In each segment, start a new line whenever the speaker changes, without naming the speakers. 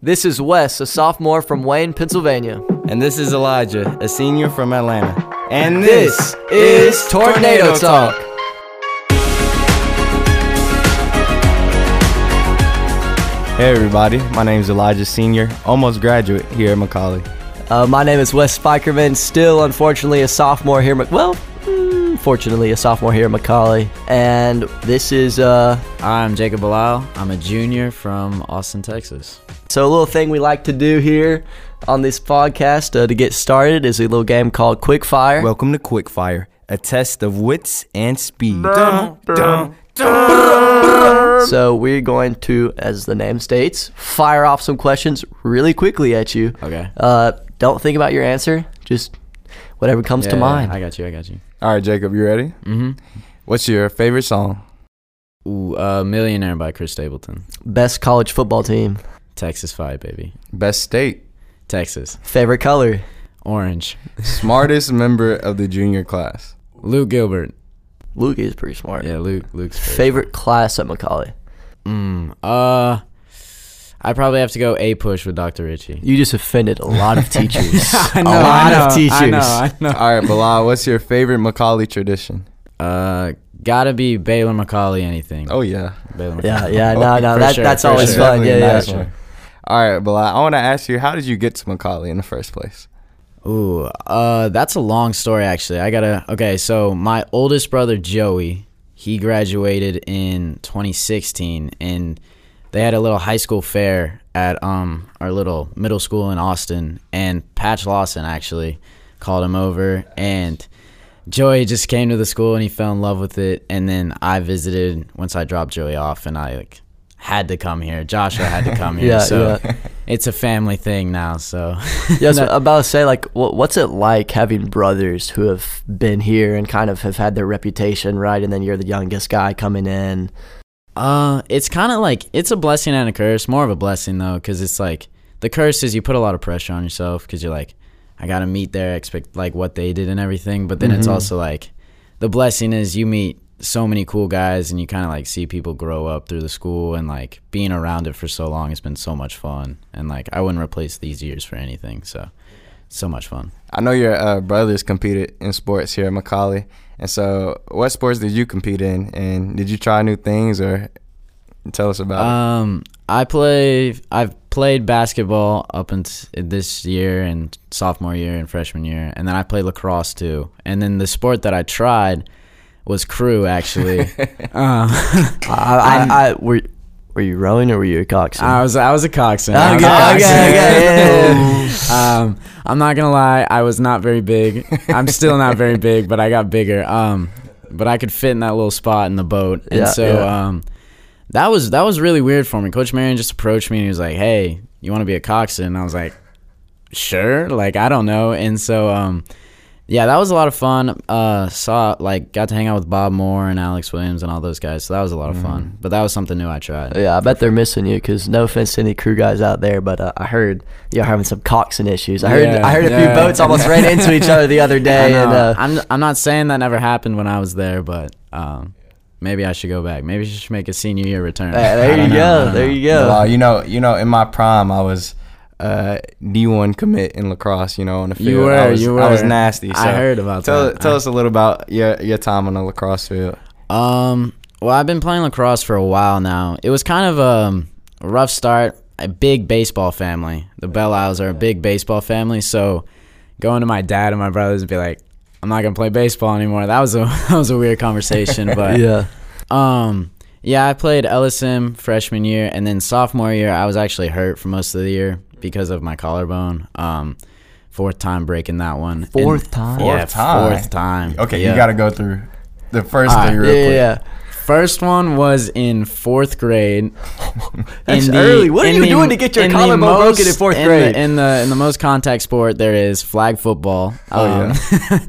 This is Wes, a sophomore from Wayne, Pennsylvania.
And this is Elijah, a senior from Atlanta. And
This is Tornado Talk.
Hey everybody, my name is Elijah Senior, almost graduate here at Macaulay.
Uh, my name is Wes Spikerman, still unfortunately a sophomore here. At, well, mm, fortunately a sophomore here at Macaulay, and this is uh,
I'm Jacob Bilal. I'm a junior from Austin, Texas.
so a little thing we like to do here on this podcast uh, to get started is a little game called Quick Fire.
Welcome to Quickfire, a test of wits and speed.
so we're going to, as the name states, fire off some questions really quickly at you.
Okay.
Uh, don't think about your answer. Just whatever comes to
Yeah,
mind.
I got you. I got you.
All right, Jacob, you ready? Mm-hmm. What's your favorite song?
Ooh, uh, Millionaire by Chris Stapleton.
Best college football team.
Texas Five, baby.
Best state?
Texas.
Favorite color.
Orange.
Smartest member of the junior class?
Luke Gilbert.
Luke is pretty smart.
Yeah, Luke. Luke's favorite.
Favorite class at Macaulay.
Mm, uh, I probably have to go A push with Dr. Ritchie.
You just offended a lot of teachers.
I
know, A Oh, I lot of know, I teachers. know,
I
I
know.
All right, Bilal, what's your favorite Macaulay tradition?
Uh, gotta be Baylor Macaulay. Anything.
Oh, yeah.
Baylor
yeah,
Macaulay.
yeah, no, no,
For
that,
sure,
that's
for
always
sure.
fun. Yeah, yeah.
Definitely. yeah.
All right, Bilal, I want to ask you, how did you get to Macaulay in the first place?
Ooh, uh, that's a long story, actually. I gotta. Okay, so my oldest brother Joey, he graduated in 2016, and they had a little high school fair at um our little middle school in Austin, and Patch Lawson actually called him over, and Joey just came to the school and he fell in love with it, and then I visited once I dropped Joey off, and I like had to come here. Joshua had to come here,
Yeah,
so it's a family thing now. So.
Yeah, I was about to say, like, wha- what's it like having brothers who have been here and kind of have had their reputation, right? And then you're the youngest guy coming in.
Uh, it's kind of like it's a blessing and a curse. More of a blessing though, because it's like the curse is you put a lot of pressure on yourself because you're like, I gotta meet their expect like what they did and everything. But then it's also like the blessing is you meet so many cool guys and you kind of like see people grow up through the school and like being around it for so long has been so much fun and like I wouldn't replace these years for anything. So so much fun.
I know your uh, brothers competed in sports here at Macaulay. And so, what sports did you compete in? And did you try new things or tell us about it?
Um, I play. I've played basketball up until this year and sophomore year and freshman year, and then I played lacrosse too. And then the sport that I tried was crew actually. uh,
I, I, I, were, were you rowing or were you a coxswain?
I was I was a coxswain. I was
okay,
a
okay,
coxswain.
okay, yeah, yeah.
um, I'm not gonna lie, I was not very big. I'm still not very big, but I got bigger. Um, but I could fit in that little spot in the boat, and
Yeah,
so
yeah.
um, that was that was really weird for me. Coach Marion just approached me and he was like, "Hey, you want to be a coxswain?" And I was like, "Sure." Like I don't know, and so um, yeah, that was a lot of fun. Uh, saw like got to hang out with Bob Moore and Alex Williams and all those guys, so that was a lot of
Mm-hmm.
fun. But that was something new I tried.
Yeah, I bet they're missing you because no offense to any crew guys out there, but uh, I heard you're having some coxswain issues. I heard
Yeah,
I heard a few
yeah.
boats almost ran into each other the other
I
day,
know.
and uh,
I'm I'm not saying that never happened when I was there, but um, maybe I should go back. Maybe I should make a senior year return.
hey, there you go, there you
Uh,
go.
Bilal, you know, you know, in my prime, I was uh, D1 commit in lacrosse, you know, on the field.
You were,
I was,
you were.
I was nasty. So
I heard about
tell,
that.
Tell us a little about your, your time on the lacrosse field.
Um, well, I've been playing lacrosse for a while now. It was kind of um, a rough start. A big baseball family. The Bellows are a big baseball family, so going to my dad and my brothers and be like, "I'm not gonna play baseball anymore." That was a that was a weird conversation, but
Yeah,
Um, yeah, I played LSM freshman year, and then sophomore year, I was actually hurt for most of the year because of my collarbone. Um, fourth time breaking that one. And-
Fourth time?
Yeah,
Fourth time?
Fourth time.
Okay,
Yeah.
you got to go through the first
All right.
three
yeah,
real
yeah.
quick.
yeah.
First one was in fourth grade.
That's
In
early. What are
in
you doing to get your
in the
collarbone
most-
broken in fourth
the-
grade?
in the in the most contact sport there is flag football.
Oh,
yeah.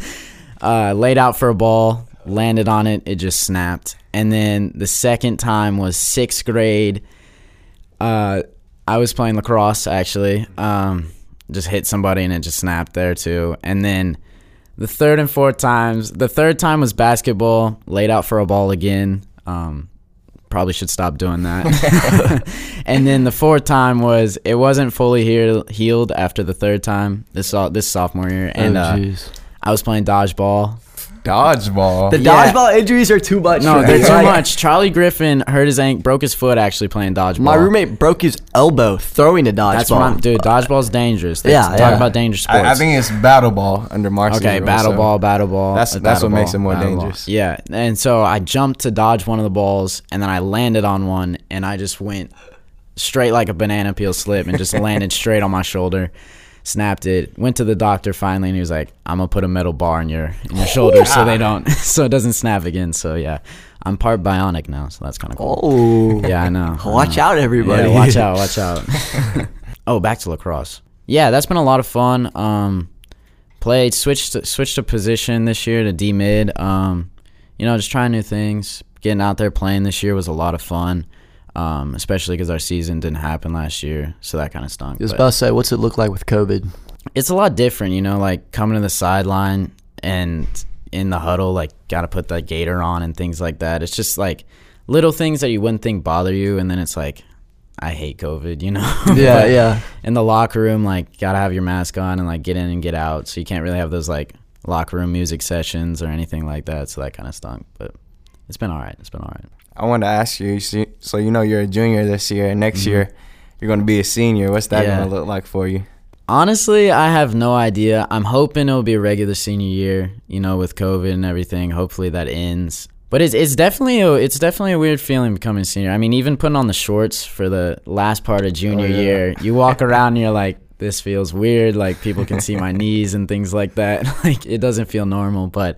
uh, laid out for a ball, landed on it, it just snapped. And then the second time was sixth grade. Uh, I was playing lacrosse actually. Um, just hit somebody and it just snapped there too. And then the third and fourth times, the third time was basketball, laid out for a ball again. Um, probably should stop doing that. and then the fourth time was it wasn't fully heal- healed after the third time this so- this sophomore year, and uh,
Oh, jeez.
I was playing dodgeball.
Dodgeball.
the
yeah.
dodgeball injuries are too much.
No,
for
they're
me.
too
Like,
much. Charlie Griffin hurt his ankle, broke his foot actually playing dodgeball.
My roommate broke his elbow throwing a dodgeball.
That's what I'm, dude. Dodgeball's dangerous. They
Yeah,
talk
yeah.
about dangerous sports.
I, I think it's battle ball under Marcy.
Okay, battle ball, battle ball.
That's-
uh,
that's what
battle
makes it more
battle
dangerous.
Yeah, and so I jumped to dodge one of the balls, and then I landed on one, and I just went straight like a banana peel slip, and just landed straight on my shoulder, snapped it. Went to the doctor finally, and he was like, "I'm gonna put a metal bar in your in your shoulder so they don't, so it doesn't snap again." So yeah, I'm part bionic now, so that's kind of cool.
Oh.
Yeah, I know. I
Watch
know.
out, everybody.
Mm. Yeah, watch out, watch out. oh, back to lacrosse. Yeah, that's been a lot of fun. Um, played switched switched a position this year to D mid. Um, you know, just trying new things. Getting out there playing this year was a lot of fun. Um, especially because our season didn't happen last year, so that kind of stunk.
Just
but-
about to say, what's it look like with COVID?
it's a lot different, you know, like coming to the sideline and in the huddle, like got to put that gator on and things like that. It's just like little things that you wouldn't think bother you, and then it's like, I hate COVID, you know?
Yeah,
But
yeah.
In the locker room, like gotta have your mask on and like get in and get out, so you can't really have those like locker room music sessions or anything like that. So that kind of stunk, but it's been all right. It's been all right.
I wanted to ask you. you see- So you know you're a junior this year. and
Mm-hmm.
Next year, you're going to be a senior. What's that
Yeah.
going to look like for you?
Honestly, I have no idea. I'm hoping it'll be a regular senior year, you know, with COVID and everything. Hopefully that ends. But it's it's definitely a, it's definitely a weird feeling becoming a senior. I mean, even putting on the shorts for the last part of junior
yeah.
year, you walk around and you're like, this feels weird. Like people can see my knees and things like that. Like it doesn't feel normal. But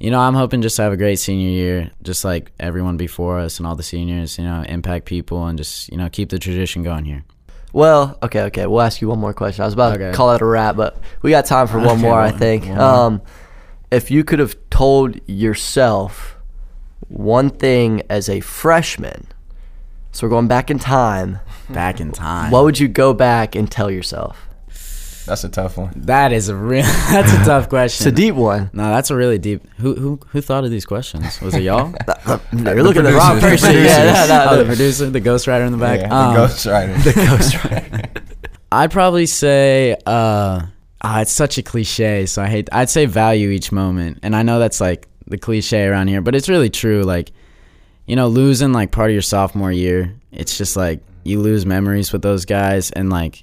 you know, I'm hoping just to have a great senior year, just like everyone before us and all the seniors. You know, impact people and just you know keep the tradition going here.
Well, okay, okay. We'll ask you one more question. I was about
Okay.
to call it a wrap, but we got time for one
Okay,
more, I
one-
think.
one more.
Um, if you could have told yourself one thing as a freshman, so we're going back in time,
Back in time.
what would you go back and tell yourself?
That's a tough one.
That is a real. That's a tough
It's a
question.
deep one.
no, that's a really deep. Who who who thought of these questions? Was it y'all?
No, you're looking at the wrong
producers, the
person. Yeah,
producers.
no,
Oh,
no,
the
no.
producer, the ghostwriter in the back.
Yeah,
Um,
the ghostwriter. The ghostwriter.
I'd probably say. uh ah, it's such a cliche, so I hate. I'd say value each moment, and I know that's like the cliche around here, but it's really true. Like, you know, losing like part of your sophomore year, it's just like you lose memories with those guys, and like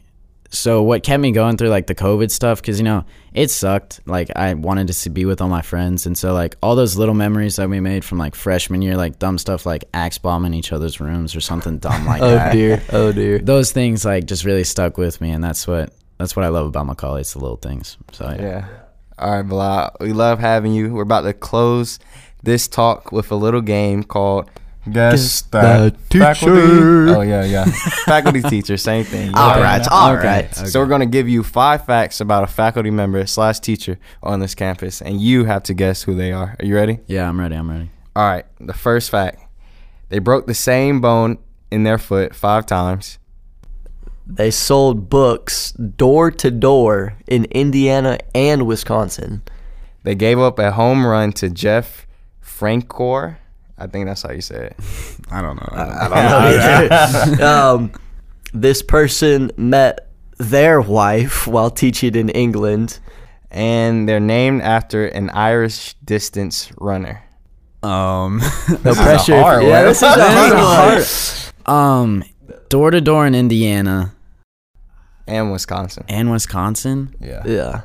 so what kept me going through like the covid stuff because you know it sucked like i wanted to s- be with all my friends and so like all those little memories that we made from like freshman year like dumb stuff like axe bombing each other's rooms or something dumb like
Oh
that
dear, oh dear.
those things like just really stuck with me and that's what that's what i love about macaulay it's the little things so yeah,
Yeah. All right, Blah. We love having you. We're about to close this talk with a little game called Guess
the Teacher.
Oh yeah, yeah. faculty teacher, same thing.
All
Yeah.
right, all right.
So we're gonna give you five facts about a faculty member slash teacher on this campus, and you have to guess who they are. Are you ready?
yeah i'm ready i'm ready
All right. The first fact: they broke the same bone in their foot five times.
They sold books door to door in Indiana and Wisconsin.
They gave up a home run to Jeff Francor. I think that's how you say it.
i don't know
um, this person met their wife while teaching in England.
and they're named after an Irish distance runner.
um
No
is a
pressure.
hard
yeah,
one.
this is a
This
hard
is a
one.
um door to door in indiana
And Wisconsin.
and wisconsin
Yeah.
Yeah.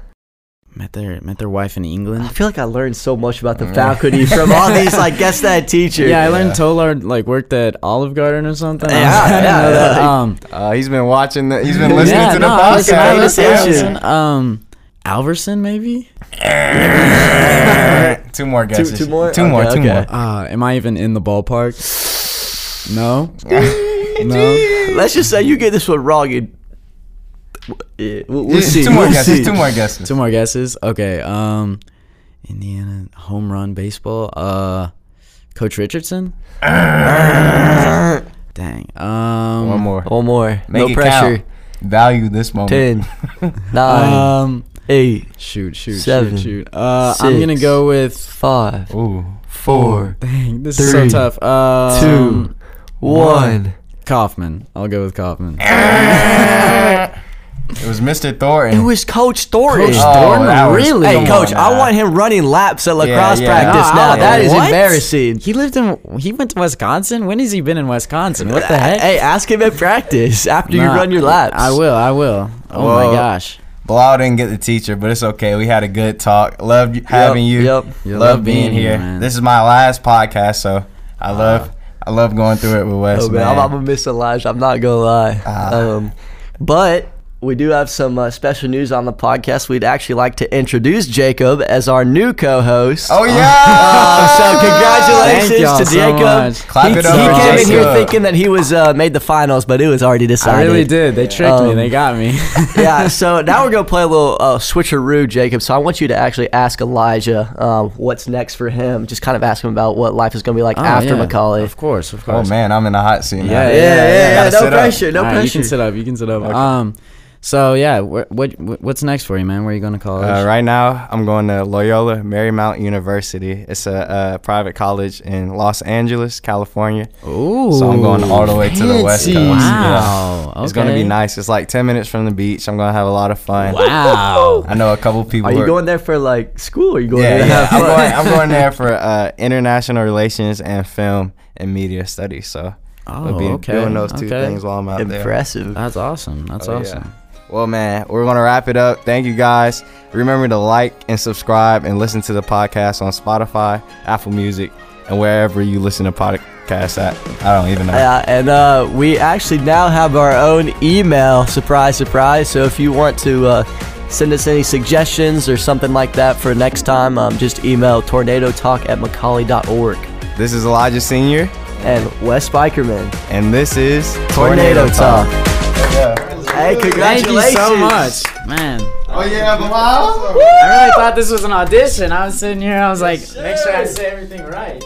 met their met their wife in england
I feel like I learned so much about the faculty from all these, like, guess that teacher.
Yeah, I learned
Yeah.
Tolar like worked at Olive Garden or something. I was-
Yeah,
I didn't
yeah,
know that.
yeah.
Um,
Uh, he's been watching. The, he's been listening
yeah,
to the
no, I listen- I
podcast.
listen, I
Yeah.
listen. Um, Alverson maybe.
two more
Two,
guesses.
two more?
Two more.
Okay,
two
okay.
more.
Uh, am I even in the ballpark? No, no.
Let's just say you get this one wrong. And, yeah, we'll, we'll
Yeah,
see.
Two more
we'll
guesses.
see.
Two more guesses.
Two more guesses. Okay. Um, Indiana home run baseball. Uh, Coach Richardson. Dang. Um,
One more.
One more.
Make
no
it
pressure.
count. Value this moment.
Ten, nine,
Um,
eight,
shoot, shoot,
Seven,
shoot, shoot. Uh, i I'm gonna
six,
go with
five,
Ooh.
four,
Dang, this
Three,
is so tough. Um,
two, one.
Kaufman. I'll go with Kaufman.
Eh.
It was Mr. Thornton.
It was Coach Thornton.
Coach
Oh, Thornton? that was-
really?
Hey,
come
Coach,
on
I
now.
want him running laps at lacrosse
yeah.
practice
Nah,
now. That is
what?
embarrassing.
He lived in. He went to Wisconsin. When has he been in Wisconsin? What the heck?
Hey, ask him at practice after you
Nah,
run your laps.
I will. I will. Oh
Whoa.
my gosh.
Blau didn't get the teacher, but it's okay. We had a good talk. Loved you- having you.
yep.
Yeah,
Love, being here.
man.
This is my last podcast, so I love I love going through it with Wes.
Oh man,
man.
I'm, I'm gonna miss Elijah. I'm not gonna lie.
Ah.
Um, but we do have some uh, special news on the podcast. We'd actually like to introduce Jacob as our new co-host.
oh yeah.
Uh, so
Thank
congratulations
y'all
to
so
Jacob.
much.
Clap
he
it
he
up
for
came in here
Jacob.
thinking that he was uh, made the finals, but it was already
I
decided.
really did. They tricked me.
Um,
They got me.
yeah, so now we're going to play a little uh, switcheroo, Jacob. So I want you to actually ask Elijah uh, what's next for him. Just kind of ask him about what life is going to be like
Oh,
after
yeah.
Macaulay.
Of course. Of
Oh
course.
man, I'm in the hot seat now.
Yeah,
Yeah, yeah,
I
yeah.
gotta
No
sit up.
pressure, no
All right, you
pressure.
can sit up. You can sit up. Um. So yeah, wh- what what what's next for you, man? Where are you going to college?
Uh, right now, I'm going to Loyola Marymount University. It's a uh, private college in Los Angeles, California.
Ooh.
So I'm going all the way to the West
fancy.
Coast.
Wow.
Yeah. It's gonna be
Okay.
nice. It's like 10 minutes from the beach. I'm gonna have a lot of fun.
Wow.
I know a couple people.
Are you
are-
going there for like school? Or are you going
Yeah,
there to
yeah.
have
I'm
fun?
going, I'm going there for uh, international relations and film and media studies. So
Oh,
we'll be
okay.
doing those two
okay.
things while I'm out there.
Impressive.
That's awesome. That's
Oh, yeah.
awesome.
Well, man, we're going to wrap it up. Thank you guys. Remember to like and subscribe and listen to the podcast on Spotify, Apple Music, and wherever you listen to podcasts at. I don't even know.
Yeah, and uh, we actually now have our own email. Surprise, surprise. So if you want to uh, send us any suggestions or something like that for next time, um, just email tornado talk at macaulay.org.
This is Elijah Sr.,
And Wes Bikerman,
and this is
Tornado, Talk. Hey,
Thank
congratulations.
you so much, man.
Oh, yeah, Bilal.
I really thought this was an audition. I was sitting here. I was like, make sure I say everything right.